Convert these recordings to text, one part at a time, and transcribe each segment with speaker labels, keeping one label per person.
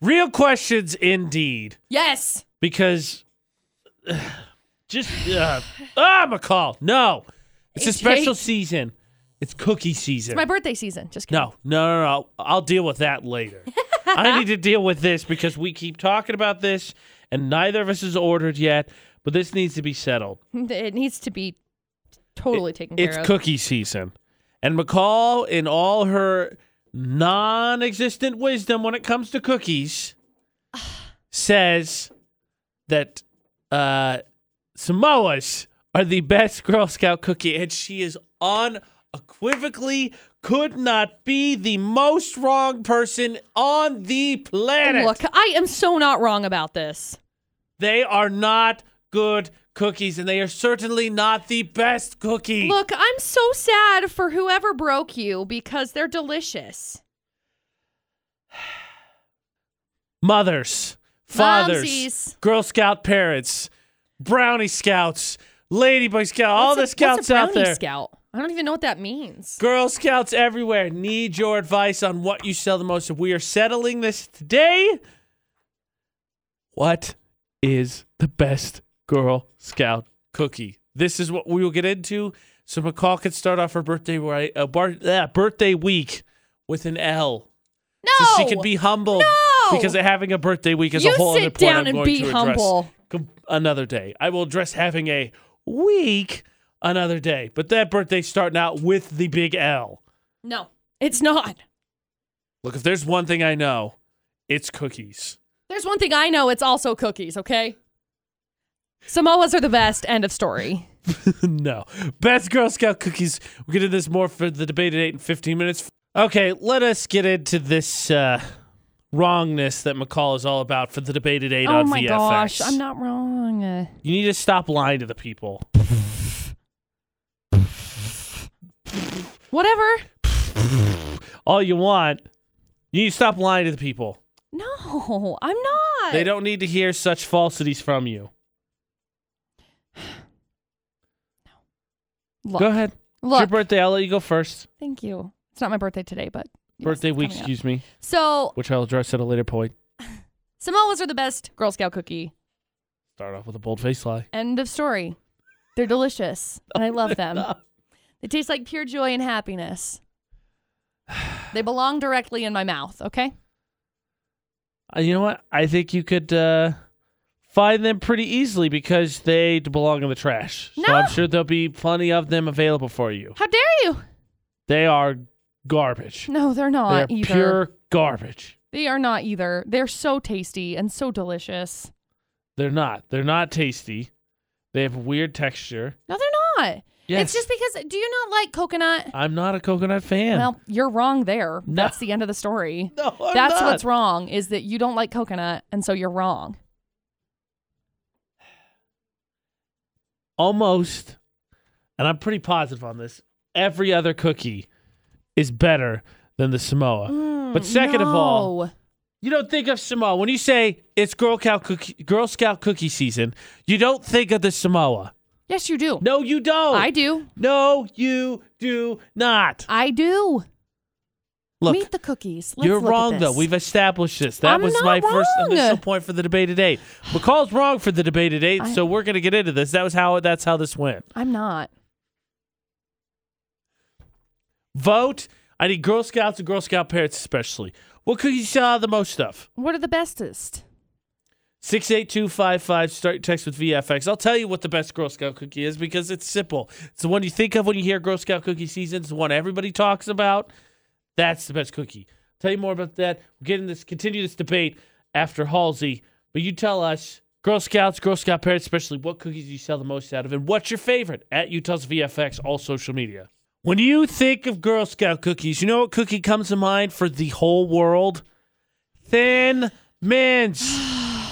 Speaker 1: Real questions indeed,
Speaker 2: Yes.
Speaker 1: because just uh, ah, McCall. No, it's a
Speaker 2: H,
Speaker 1: special
Speaker 2: H.
Speaker 1: season. It's cookie season.
Speaker 2: It's my birthday season. Just kidding.
Speaker 1: no, no, no, no. I'll deal with that later. I need to deal with this because we keep talking about this, and neither of us has ordered yet. But this needs to be settled.
Speaker 2: It needs to be totally taken
Speaker 1: It's
Speaker 2: care of.
Speaker 1: cookie season. And McCall, in all her non existent wisdom when it comes to cookies, says that uh, Samoas are the best Girl Scout cookie. And she is unequivocally could not be the most wrong person on the planet.
Speaker 2: Oh, Look, I am so not wrong about this.
Speaker 1: They are not good cookies, and they are certainly not the best cookie.
Speaker 2: Look, I'm so sad for whoever broke you because they're delicious.
Speaker 1: mothers, fathers,
Speaker 2: Momsies.
Speaker 1: Girl Scout parents, Brownie Scouts, Ladyboy Scout, all the
Speaker 2: What's a- what's
Speaker 1: Scouts
Speaker 2: a
Speaker 1: out
Speaker 2: brownie
Speaker 1: there.
Speaker 2: Scout. I don't even know what that means.
Speaker 1: Girl Scouts everywhere need your advice on what you sell the most. We are settling this today. What is the best Girl Scout cookie? This is what we will get into. So McCall can start off her birthday right, uh, bar, uh, birthday week with an L,
Speaker 2: No.
Speaker 1: so she can be humble.
Speaker 2: No!
Speaker 1: because having a birthday week is
Speaker 2: You
Speaker 1: a whole
Speaker 2: sit
Speaker 1: other point.
Speaker 2: down
Speaker 1: I'm
Speaker 2: and
Speaker 1: going
Speaker 2: be
Speaker 1: to address
Speaker 2: humble.
Speaker 1: com- another day. I will address having a week another day. But that birthday starting out with the big L.
Speaker 2: No, it's not.
Speaker 1: Look, if there's one thing I know, it's cookies.
Speaker 2: There's one thing I know. It's also cookies. Okay. Samoas are the best. End of story.
Speaker 1: no. Best Girl Scout cookies. We'll get into this more for the debate at 8 in 15 minutes. Okay, let us get into this uh, wrongness that McCall is all about for the debate at 8
Speaker 2: oh
Speaker 1: on
Speaker 2: my
Speaker 1: VFX.
Speaker 2: gosh, I'm not wrong. Uh,
Speaker 1: You need to stop lying to the people.
Speaker 2: whatever.
Speaker 1: All you want, you need to stop lying to the people.
Speaker 2: No, I'm not.
Speaker 1: They don't need to hear such falsities from you.
Speaker 2: Look,
Speaker 1: Go ahead. It's your
Speaker 2: Look.
Speaker 1: birthday. I'll let you go first.
Speaker 2: Thank you. It's not my birthday today, but yes,
Speaker 1: birthday
Speaker 2: it's
Speaker 1: week,
Speaker 2: coming up.
Speaker 1: excuse me,
Speaker 2: So
Speaker 1: which I'll address at a later point.
Speaker 2: Samoas are the best Girl Scout cookie.
Speaker 1: Start off with a bold face lie.
Speaker 2: End of story. They're delicious, and I love them. They taste like pure joy and happiness. They belong directly in my mouth. Okay.
Speaker 1: Uh, you know what? I think you could uh, find them pretty easily because they d- belong in the trash. So
Speaker 2: No.
Speaker 1: I'm sure there'll be plenty of them available for you.
Speaker 2: How dare you?
Speaker 1: They are garbage.
Speaker 2: No, they're
Speaker 1: They're
Speaker 2: not either.
Speaker 1: pure garbage.
Speaker 2: They are not either. They're so tasty and so delicious.
Speaker 1: They're not. They're not tasty. They have a weird texture.
Speaker 2: No, they're not.
Speaker 1: Yes.
Speaker 2: It's just because do you not like coconut?
Speaker 1: I'm not a coconut fan.
Speaker 2: Well, you're wrong there.
Speaker 1: No.
Speaker 2: That's the end of the story.
Speaker 1: no, I'm
Speaker 2: That's
Speaker 1: not.
Speaker 2: what's wrong is that you don't like coconut and so you're wrong.
Speaker 1: almost, and I'm pretty positive on this, every other cookie is better than the Samoa. but second of all,
Speaker 2: Mm, No.
Speaker 1: you don't think of Samoa. When you say it's Girl Scout, cookie, Girl Scout cookie season, you don't think of the Samoa.
Speaker 2: Yes, you do.
Speaker 1: No, you don't.
Speaker 2: I do.
Speaker 1: No, you do not.
Speaker 2: I do.
Speaker 1: Look,
Speaker 2: Meet the cookies. Let's
Speaker 1: you're
Speaker 2: look at
Speaker 1: wrong, though.
Speaker 2: this.
Speaker 1: We've established this. That
Speaker 2: I'm
Speaker 1: was
Speaker 2: not
Speaker 1: my first
Speaker 2: wrong.
Speaker 1: initial point for the debate at 8. McCall's wrong for the debate at 8,
Speaker 2: I-
Speaker 1: so we're going to get into this. That was how. That's how this went.
Speaker 2: I'm not.
Speaker 1: Vote. I need Girl Scouts and Girl Scout parents especially. What cookies you sell the most of?
Speaker 2: What are the bestest?
Speaker 1: 68255, start your text with VFX. I'll tell you what the best Girl Scout cookie is because it's simple. It's the one you think of when you hear Girl Scout cookie season. It's the one everybody talks about. That's the best cookie. Tell you more about that. We're getting this, continue this debate after Halsey. But you tell us, Girl Scouts, Girl Scout parents especially, what cookies you sell the most out of and what's your favorite at Utah's VFX, all social media. When you think of Girl Scout cookies, you know what cookie comes to mind for the whole world? Thin mints.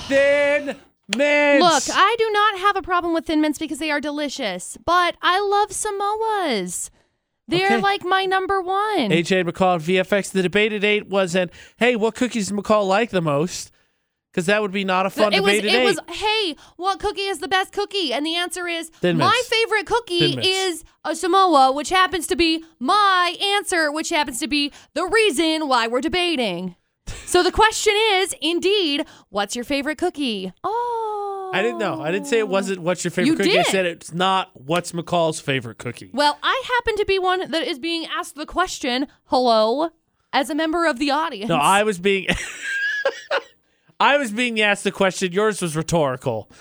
Speaker 1: Thin mints.
Speaker 2: Look, I do not have a problem with Thin Mints because they are delicious, but I love Samoas. They're
Speaker 1: Okay.
Speaker 2: like my number one.
Speaker 1: AJ and McCall at VFX. The debate at eight was an hey, what cookies does McCall like the most? Because that would be not a fun
Speaker 2: it was,
Speaker 1: debate
Speaker 2: it
Speaker 1: at eight.
Speaker 2: was, hey, what cookie is the best cookie? And the answer is,
Speaker 1: Thin
Speaker 2: my
Speaker 1: Mints.
Speaker 2: favorite
Speaker 1: Thin
Speaker 2: cookie
Speaker 1: Mints.
Speaker 2: is a Samoa, which happens to be my answer, which happens to be the reason why we're debating. So the question is, indeed, what's your favorite cookie? Oh.
Speaker 1: I didn't know. I didn't say it wasn't what's your favorite
Speaker 2: You
Speaker 1: cookie. I
Speaker 2: did.
Speaker 1: said it's not what's McCall's favorite cookie.
Speaker 2: Well, I happen to be one that is being asked the question, hello, as a member of the audience.
Speaker 1: No, I was being I was being asked the question. Yours was rhetorical.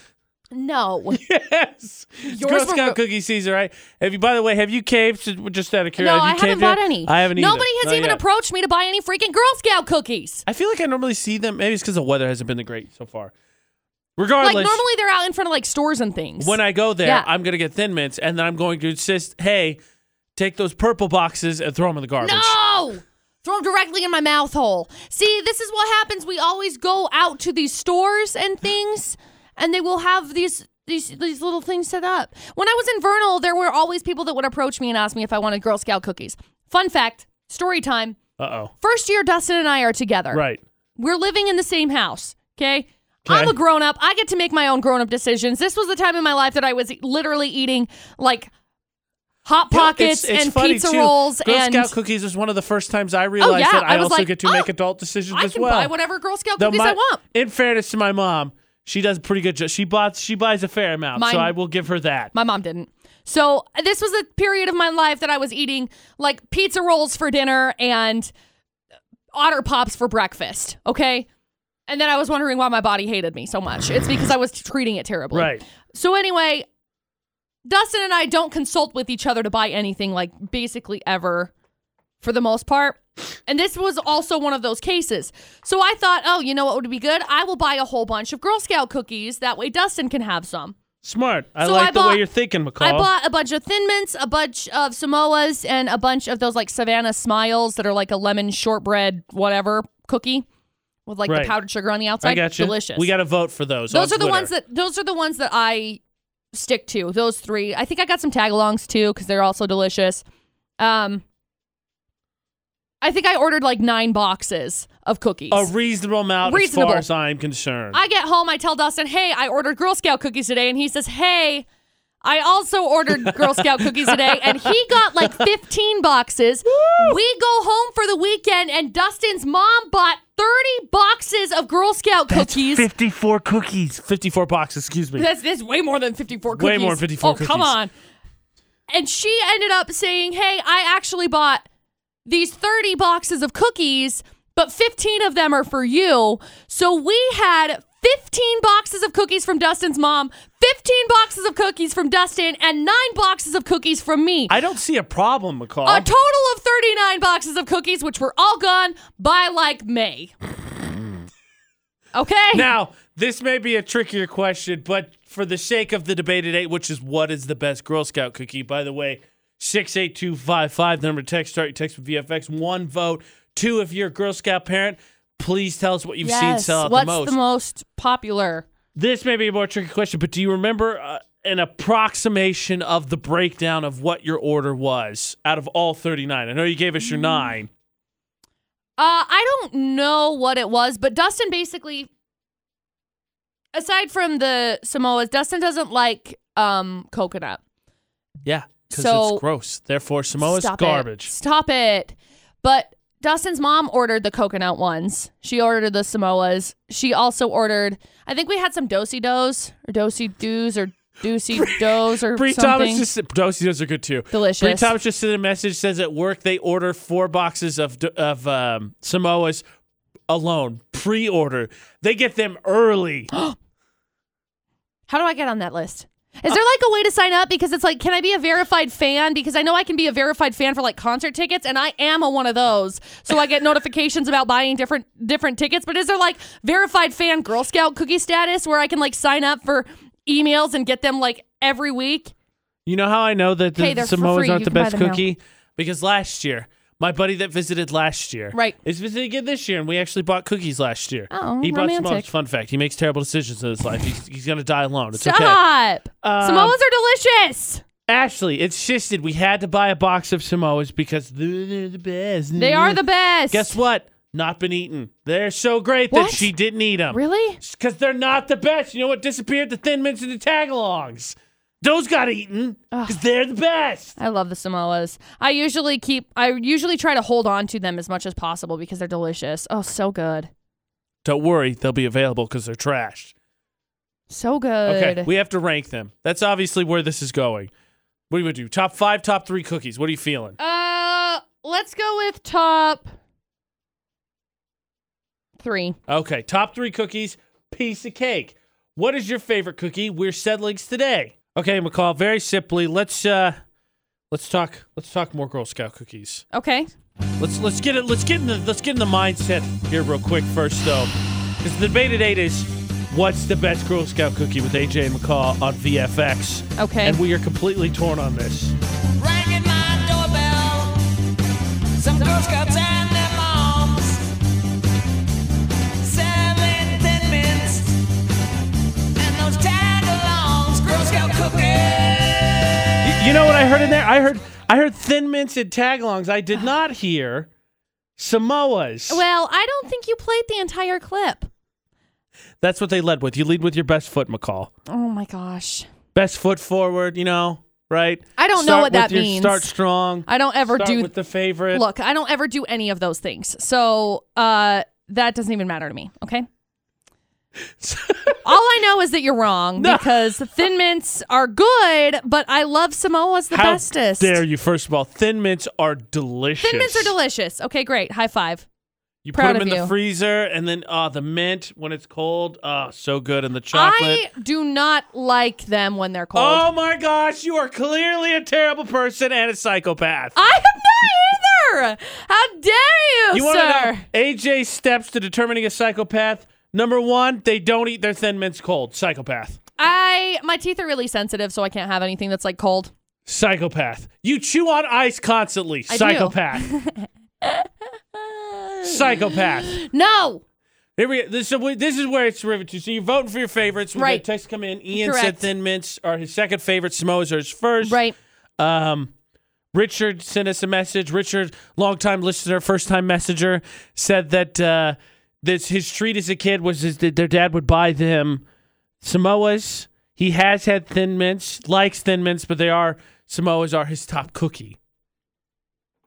Speaker 2: No.
Speaker 1: Yes. It's Girl
Speaker 2: were
Speaker 1: Scout
Speaker 2: re-
Speaker 1: cookie season, right? Have you by the way, have you caved just out of curiosity?
Speaker 2: No, I
Speaker 1: have you
Speaker 2: haven't
Speaker 1: caved yet?
Speaker 2: bought any.
Speaker 1: I haven't either.
Speaker 2: Nobody has
Speaker 1: Not
Speaker 2: even
Speaker 1: yet.
Speaker 2: approached me to buy any freaking Girl Scout cookies.
Speaker 1: I feel like I normally see them. Maybe it's because the weather hasn't been that great so far. Regardless,
Speaker 2: Like normally they're out in front of like stores and things.
Speaker 1: when I go there,
Speaker 2: Yeah.
Speaker 1: I'm gonna get Thin Mints, and then I'm going to insist, hey, take those purple boxes and throw them in the garbage.
Speaker 2: No! Throw them directly in my mouth hole. See, this is what happens. We always go out to these stores and things, and they will have these. These, these little things set up. When I was in Vernal, there were always people that would approach me and ask me if I wanted Girl Scout cookies. Fun fact story time.
Speaker 1: Uh oh.
Speaker 2: First year, Dustin and I are together.
Speaker 1: Right.
Speaker 2: We're living in the same house, okay? I'm
Speaker 1: Okay.
Speaker 2: a grown up. I get to make my own grown up decisions. This was the time in my life that I was literally eating like Hot
Speaker 1: You know,
Speaker 2: Pockets
Speaker 1: it's- it's
Speaker 2: and
Speaker 1: funny,
Speaker 2: pizza
Speaker 1: too.
Speaker 2: rolls
Speaker 1: Girl
Speaker 2: and Oh,
Speaker 1: Scout cookies was one of the first times I realized
Speaker 2: yeah.
Speaker 1: that I,
Speaker 2: I was
Speaker 1: also
Speaker 2: like,
Speaker 1: get to make
Speaker 2: oh,
Speaker 1: adult decisions
Speaker 2: I
Speaker 1: as
Speaker 2: can
Speaker 1: well.
Speaker 2: buy whatever Girl Scout
Speaker 1: Though
Speaker 2: cookies
Speaker 1: my-
Speaker 2: I want.
Speaker 1: In fairness to my mom, she does a pretty good job. She bought she buys a fair amount,
Speaker 2: Mine-
Speaker 1: so I will give her that.
Speaker 2: My mom didn't. So uh, this was a period of my life that I was eating like pizza rolls for dinner and otter pops for breakfast. Okay. And then I was wondering why my body hated me so much. It's because I was treating it terribly.
Speaker 1: Right.
Speaker 2: So anyway, Dustin and I don't consult with each other to buy anything like basically ever for the most part. And this was also one of those cases. So I thought, oh, you know what would be good? I will buy a whole bunch of Girl Scout cookies. That way Dustin can have some.
Speaker 1: Smart. I
Speaker 2: So
Speaker 1: like
Speaker 2: I
Speaker 1: the
Speaker 2: bought-
Speaker 1: way you're thinking, McCall.
Speaker 2: I bought a bunch of Thin Mints, a bunch of Samoas, and a bunch of those like Savannah Smiles that are like a lemon shortbread whatever cookie with like
Speaker 1: Right.
Speaker 2: the powdered sugar on the outside.
Speaker 1: I got you.
Speaker 2: Delicious.
Speaker 1: We got to vote for those.
Speaker 2: those are
Speaker 1: on
Speaker 2: the
Speaker 1: Twitter.
Speaker 2: ones that those are the ones that I stick to. Those three. I think I got some tagalongs too because they're also delicious. Um, I think I ordered like nine boxes of cookies.
Speaker 1: a reasonable amount as
Speaker 2: Reasonable.
Speaker 1: far as I'm concerned.
Speaker 2: I get home, I tell Dustin, hey, I ordered Girl Scout cookies today. And he says, hey, I also ordered Girl Scout cookies today. And he got like 15 boxes. We go home for the weekend, and Dustin's mom bought 30 boxes of Girl Scout cookies.
Speaker 1: 54 cookies. 54 boxes, excuse me.
Speaker 2: That's, that's way more than 54 cookies.
Speaker 1: Way more than 54
Speaker 2: oh, come
Speaker 1: cookies.
Speaker 2: on. And she ended up saying, hey, I actually bought these 30 boxes of cookies, but 15 of them are for you. So we had 15 boxes of cookies from Dustin's mom, 15 boxes of cookies from Dustin, and nine boxes of cookies from me.
Speaker 1: I don't see a problem, McCall.
Speaker 2: A total of 39 boxes of cookies, which were all gone by like May. Okay.
Speaker 1: Mm. now, this may be a trickier question, but for the sake of the debate today, which is what is the best Girl Scout cookie, by the way, 68255, the number to text, start your text with VFX. One vote. Two, if you're a Girl Scout parent, please tell us what you've seen
Speaker 2: yes.
Speaker 1: sell out
Speaker 2: What's
Speaker 1: the most.
Speaker 2: popular?
Speaker 1: this may be a more tricky question, but do you remember uh, an approximation of the breakdown of what your order was out of all 39? I know you gave us
Speaker 2: Mm.
Speaker 1: your nine.
Speaker 2: Uh, I don't know what it was, but Dustin basically, aside from the Samoas, Dustin doesn't like um coconut.
Speaker 1: Yeah, because
Speaker 2: So-
Speaker 1: it's gross. Therefore, Samoa's
Speaker 2: Stop It.
Speaker 1: garbage.
Speaker 2: Stop it. But Dustin's mom ordered the coconut ones. She ordered the Samoas. She also ordered, I think we had some Dosey Does or Dosey Doos or Doocy Does or
Speaker 1: Bree
Speaker 2: something.
Speaker 1: Thomas just Dosios are good too. Bree
Speaker 2: Delicious.
Speaker 1: Thomas just sent a message says at work they order four boxes of of um, Samoa's alone pre order. They get them early.
Speaker 2: How do I get on that list? Is
Speaker 1: Uh,
Speaker 2: there like a way to sign up? Because it's like, can I be a verified fan? Because I know I can be a verified fan for like concert tickets, and I am a one of those. So I get notifications about buying different different tickets. But is there like verified fan Girl Scout cookie status where I can like sign up for emails and get them like every week?
Speaker 1: You know how I know that the
Speaker 2: Hey, they're for
Speaker 1: Samoas
Speaker 2: free.
Speaker 1: aren't
Speaker 2: You
Speaker 1: the
Speaker 2: can buy
Speaker 1: best
Speaker 2: them now.
Speaker 1: cookie? Because last year, my buddy that visited last year
Speaker 2: Right.
Speaker 1: is visiting again this year, and we actually bought cookies last year.
Speaker 2: Oh,
Speaker 1: he bought
Speaker 2: romantic.
Speaker 1: Samoas. Fun fact: he makes terrible decisions in his life. He's, he's gonna die alone. It's okay.
Speaker 2: Stop.
Speaker 1: Um,
Speaker 2: Samoas are delicious.
Speaker 1: Ashley insisted we had to buy a box of Samoas because they're they're the best.
Speaker 2: They are the best.
Speaker 1: Guess what? Not been eaten. They're so great that
Speaker 2: What?
Speaker 1: she didn't eat them.
Speaker 2: Really?
Speaker 1: Because they're not the best. You know what disappeared? The Thin Mints and the Tagalongs. Those got eaten because they're the best.
Speaker 2: I love the Samoas. I usually keep I usually try to hold on to them as much as possible because they're delicious. Oh, so good.
Speaker 1: Don't worry, they'll be available because they're trashed.
Speaker 2: So good.
Speaker 1: Okay, we have to rank them. That's obviously where this is going. What do we do? Top five, top three cookies. What are you feeling?
Speaker 2: uh let's go with top 3.
Speaker 1: Okay, top three cookies, piece of cake. What is your favorite cookie? We're settlings today. Okay, McCall. Very simply, let's uh, let's talk. Let's talk more Girl Scout cookies.
Speaker 2: Okay.
Speaker 1: Let's let's get it. Let's get in the let's get in the mindset here real quick first though, because the debate at eight is what's the best Girl Scout cookie with AJ and McCall on VFX,
Speaker 2: Okay.
Speaker 1: and we are completely torn on this.
Speaker 3: Rang at my doorbell. Some Girl Scouts and their moms. Selling Thin Mints. And those tag-alongs. Girl Scout cookies.
Speaker 1: Y- You know what I heard in there? I heard I heard Thin Mints and tagalongs. I did not hear Samoas.
Speaker 2: Well, I don't think you played the entire clip.
Speaker 1: That's what they led with. You lead with your best foot, McCall.
Speaker 2: Oh my gosh.
Speaker 1: Best foot forward. You know, right?
Speaker 2: I don't know
Speaker 1: Start
Speaker 2: what that
Speaker 1: with your-
Speaker 2: means.
Speaker 1: Start strong.
Speaker 2: I don't ever
Speaker 1: start
Speaker 2: do
Speaker 1: with the favorite.
Speaker 2: Look, I don't ever do any of those things. So, uh that doesn't even matter to me, okay? All I know is that you're wrong because Thin Mints are good, but I love Samoa's the
Speaker 1: How
Speaker 2: bestest.
Speaker 1: dare you? First of all, Thin Mints are delicious.
Speaker 2: Thin Mints are delicious. Okay, great. High five.
Speaker 1: You put
Speaker 2: Proud
Speaker 1: them
Speaker 2: of
Speaker 1: in the
Speaker 2: you.
Speaker 1: freezer, and then uh, the mint when it's cold. Oh, so good. And the chocolate.
Speaker 2: I do not like them when they're cold.
Speaker 1: Oh my gosh, you are clearly a terrible person and a psychopath.
Speaker 2: I am not either. How dare you,
Speaker 1: you want
Speaker 2: sir?
Speaker 1: to know AJ's steps to determining a psychopath? Number one, they don't eat their thin mints cold. Psychopath.
Speaker 2: I my teeth are really sensitive, so I can't have anything that's like cold.
Speaker 1: Psychopath. You chew on ice constantly.
Speaker 2: I do.
Speaker 1: Psychopath. Psychopath.
Speaker 2: No.
Speaker 1: Here we this, so we- this is where it's driven to. So you're voting for your favorites. We
Speaker 2: Right.
Speaker 1: got text come in. Ian said
Speaker 2: Correct.
Speaker 1: thin mints are his second favorite. Samoas are his first.
Speaker 2: Right.
Speaker 1: Um, Richard sent us a message. Richard, longtime listener, first time messenger, said that uh, this his treat as a kid was his, that their dad would buy them Samoas. He has had Thin Mints, likes Thin Mints, but they are Samoas are his top cookie.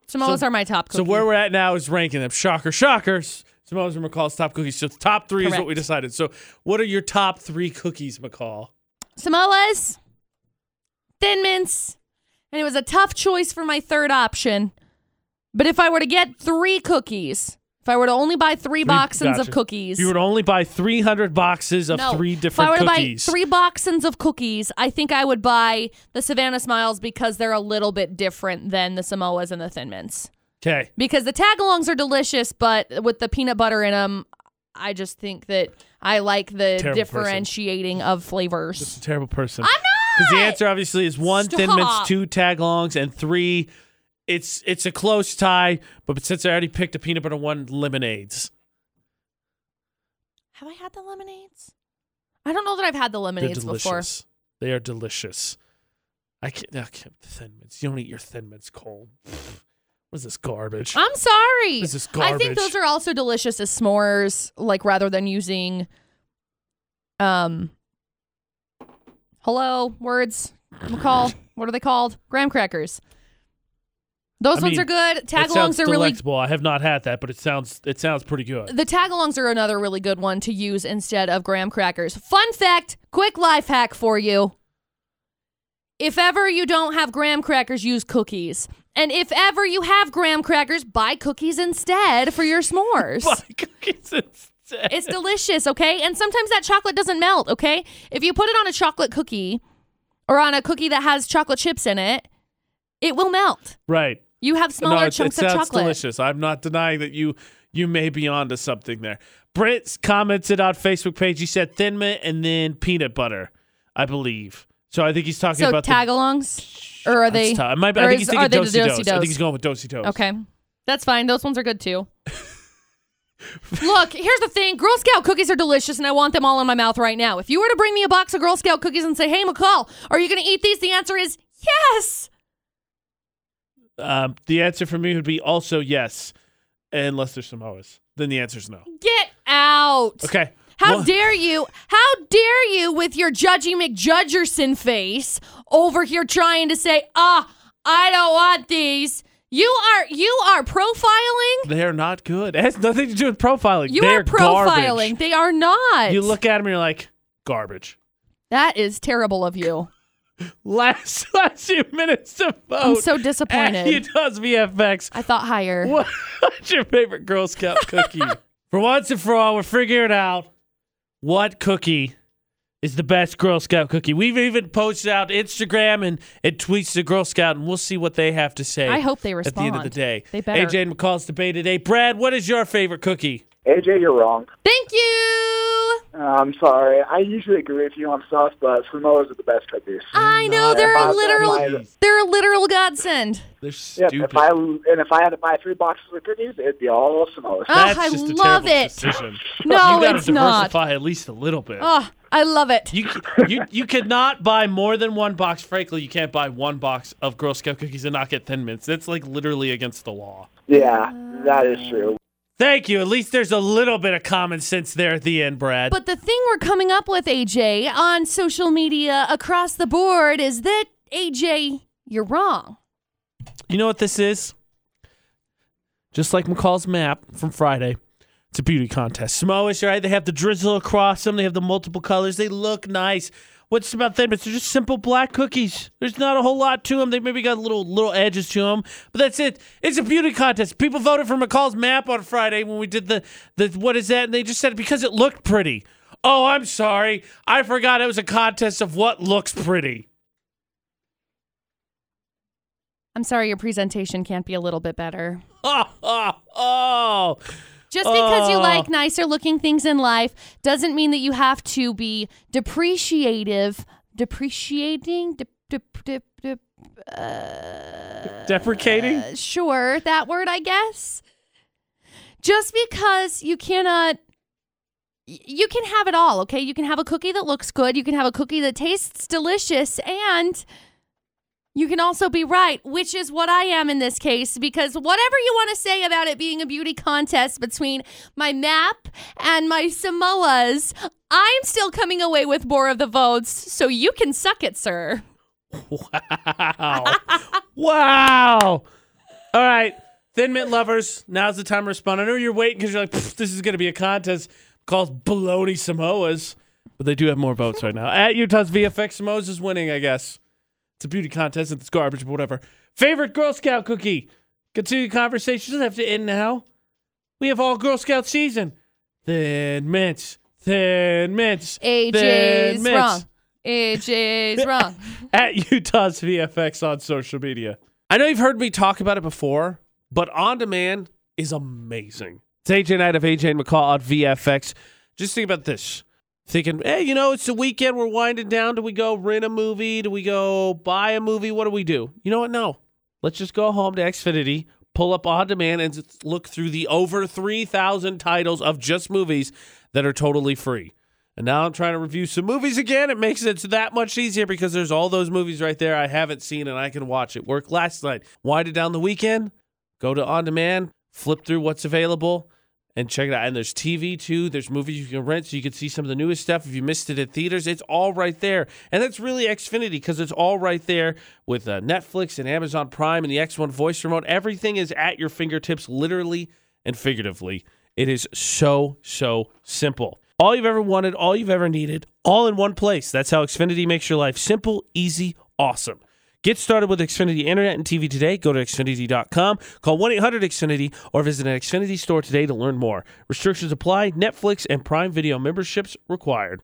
Speaker 2: Samoa's
Speaker 1: So-
Speaker 2: are my top cookie.
Speaker 1: So where we're at now is ranking them. Shocker, shockers. Samoas and McCall's top cookies. So top three is what we
Speaker 2: Correct.
Speaker 1: decided. So what are your top three cookies, McCall?
Speaker 2: Samoas, Thin Mints, and it was a tough choice for my third option. But if I were to get three cookies, if I were to only buy three, boxes
Speaker 1: gotcha.
Speaker 2: of cookies,
Speaker 1: If you were to only buy 300 boxes of
Speaker 2: no.
Speaker 1: three
Speaker 2: If I
Speaker 1: different
Speaker 2: were to
Speaker 1: cookies.
Speaker 2: buy three boxes of cookies, I think I would buy the Savannah Smiles because they're a little bit different than the Samoas and the Thin Mints.
Speaker 1: okay.
Speaker 2: Because the tagalongs are delicious, but with the peanut butter in them, I just think that I like the
Speaker 1: Terrible person.
Speaker 2: differentiating of flavors.
Speaker 1: Terrible person.
Speaker 2: I'm not.
Speaker 1: Because the answer obviously is one thin mints,
Speaker 2: Stop.
Speaker 1: two tagalongs, and three. It's it's a close tie, but since I already picked a peanut butter one, lemonades.
Speaker 2: Have I had the lemonades? I don't know that I've had the
Speaker 1: They're
Speaker 2: lemonades before.
Speaker 1: delicious. They are delicious. I can't. I can't thin mints. You don't eat your thin mints cold. What's this garbage?
Speaker 2: I'm sorry.
Speaker 1: This is
Speaker 2: I think those
Speaker 1: garbage.
Speaker 2: are also delicious as s'mores, like rather than using um hello words. McCall. what are they called? Graham crackers. Those
Speaker 1: I
Speaker 2: ones
Speaker 1: mean,
Speaker 2: are good.
Speaker 1: That sounds
Speaker 2: Tagalongs are really
Speaker 1: delectable. I have not had that, but it sounds it sounds pretty good.
Speaker 2: the tagalongs are another really good one to use instead of graham crackers. Fun fact, quick life hack for you. If ever you don't have graham crackers, use cookies. And if ever you have graham crackers, buy cookies instead for your s'mores.
Speaker 1: Buy cookies instead.
Speaker 2: It's delicious, okay? And sometimes that chocolate doesn't melt, okay? If you put it on a chocolate cookie or on a cookie that has chocolate chips in it, it will melt.
Speaker 1: right.
Speaker 2: You have
Speaker 1: no,
Speaker 2: smaller
Speaker 1: it,
Speaker 2: chunks
Speaker 1: it
Speaker 2: of
Speaker 1: sounds
Speaker 2: chocolate.
Speaker 1: delicious. I'm not denying that you you may be onto something there. Britt commented on Facebook page. He said thin mint and then peanut butter, I believe. So I think he's talking
Speaker 2: So
Speaker 1: about
Speaker 2: tagalongs, or
Speaker 1: the.
Speaker 2: are they?
Speaker 1: That's tough. It might be- I
Speaker 2: or
Speaker 1: think
Speaker 2: is-
Speaker 1: he's thinking
Speaker 2: are they the
Speaker 1: Dosey Dos. I
Speaker 2: Dosey
Speaker 1: think
Speaker 2: Dos?
Speaker 1: he's going with Dosey Dos.
Speaker 2: Okay. That's fine. Those ones are good too. Look, here's the thing Girl Scout cookies are delicious, and I want them all in my mouth right now. If you were to bring me a box of Girl Scout cookies and say, hey, McCall, are you going to eat these? The answer is yes.
Speaker 1: Um, the answer for me would be also yes, unless there's Samoas. Then the answer's no.
Speaker 2: Get out.
Speaker 1: Okay.
Speaker 2: How
Speaker 1: What?
Speaker 2: dare you? How dare you with your Judgy McJudgerson face over here trying to say, ah, I don't want these. You are you are profiling.
Speaker 1: They're not good. It has nothing to do with profiling.
Speaker 2: You
Speaker 1: They're
Speaker 2: are profiling.
Speaker 1: Garbage.
Speaker 2: They are not.
Speaker 1: You look at them and you're like, garbage.
Speaker 2: That is terrible of you.
Speaker 1: Last last few minutes to vote.
Speaker 2: I'm so
Speaker 1: at you
Speaker 2: disappointed.
Speaker 1: does VFX.
Speaker 2: I thought higher.
Speaker 1: What's your favorite Girl Scout cookie? for once and for all, we're figuring out what cookie is the best Girl Scout cookie. We've even posted out Instagram and, and tweets to Girl Scout, and we'll see what they have to say.
Speaker 2: I hope they
Speaker 1: at the end of the
Speaker 2: respond.
Speaker 1: day.
Speaker 2: They better.
Speaker 1: AJ and McCall's debate today. Brad, what is your favorite cookie?
Speaker 4: AJ, you're wrong.
Speaker 2: Thank you.
Speaker 4: Uh, I'm sorry. I usually agree with you on sauce, but Samoa's are the best cookies.
Speaker 2: I know they're
Speaker 4: Bob,
Speaker 2: a
Speaker 4: that's
Speaker 2: literal
Speaker 4: my-
Speaker 2: they're a literal godsend.
Speaker 1: They're
Speaker 4: Yep,
Speaker 1: stupid.
Speaker 4: if I and if I had to buy three boxes of cookies, it'd be all Samoa's.
Speaker 2: Ah.
Speaker 1: That's
Speaker 2: Ugh, I
Speaker 1: just a
Speaker 2: love
Speaker 1: terrible
Speaker 2: it.
Speaker 1: Decision.
Speaker 2: No,
Speaker 1: you gotta
Speaker 2: it's not.
Speaker 1: diversify at least a little bit.
Speaker 2: Oh, I love it.
Speaker 1: You, you you cannot buy more than one box. Frankly, you can't buy one box of Girl Scout cookies and not get Thin Mints. That's like literally against the law.
Speaker 4: Yeah, that is
Speaker 2: uh,
Speaker 4: true.
Speaker 1: Thank you. At least there's a little bit of common sense there at the end, Brad.
Speaker 2: But the thing we're coming up with, AJ, on social media across the board is that, AJ, you're wrong.
Speaker 1: you know what this is? Just like McCall's map from Friday, it's a beauty contest. Samoas, right? They have the drizzle across them. They have the multiple colors. They look nice. What's about them? It's just simple black cookies. There's not a whole lot to them. They maybe got little little edges to them, but that's it. It's a beauty contest. People voted for McCall's map on Friday when we did the the what is that? And they just said because it looked pretty. Oh, I'm sorry. I forgot it was a contest of what looks pretty.
Speaker 2: I'm sorry, your presentation can't be a little bit better.
Speaker 1: Oh, oh, oh.
Speaker 2: Just because you
Speaker 1: Oh.
Speaker 2: like nicer looking things in life doesn't mean that you have to be depreciative, depreciating, de- de- de- de-
Speaker 1: Deprecating?
Speaker 2: sure, that word, I guess. Just because you cannot, y- you can have it all, okay? You can have a cookie that looks good, you can have a cookie that tastes delicious, and you can also be right, which is what I am in this case, because whatever you want to say about it being a beauty contest between my map and my Samoas, I'm still coming away with more of the votes, so you can suck it, sir.
Speaker 1: Wow. wow. All right. Thin Mint lovers, now's the time to respond. I know you're waiting because you're like, "Pfft, this is going to be a contest called Baloney Samoas. But they do have more votes right now. At Utah's VFX, Samoas is winning, I guess. It's a beauty contest. It's garbage, but whatever. Favorite Girl Scout cookie? Continue conversation. Doesn't have to end now. We have all Girl Scout season. Thin mints. Thin mints.
Speaker 2: AJ's
Speaker 1: Thin mints.
Speaker 2: wrong. AJ's wrong.
Speaker 1: at Utah's VFX on social media. I know you've heard me talk about it before, but on demand is amazing. It's AJ Knight of AJ and McCall on VFX. Just think about this. Thinking, hey, you know, it's the weekend. We're winding down. Do we go rent a movie? Do we go buy a movie? What do we do? You know what? No. Let's just go home to Xfinity, pull up on demand, and just look through the over 3,000 titles of just movies that are totally free. And now I'm trying to review some movies again. It makes it that much easier because there's all those movies right there I haven't seen and I can watch it. Worked last night, winded down the weekend, go to on demand, flip through what's available, and check it out. And there's TV too. There's movies you can rent so you can see some of the newest stuff if you missed it at theaters. It's all right there. And that's really Xfinity because it's all right there with uh, Netflix and Amazon Prime and the X1 voice remote. Everything is at your fingertips, literally and figuratively. It is so, so simple. All you've ever wanted, all you've ever needed, all in one place. That's how Xfinity makes your life simple, easy, awesome. Get started with Xfinity Internet and TV today. Go to Xfinity.com, call 1 800 Xfinity, or visit an Xfinity store today to learn more. Restrictions apply, Netflix and Prime Video memberships required.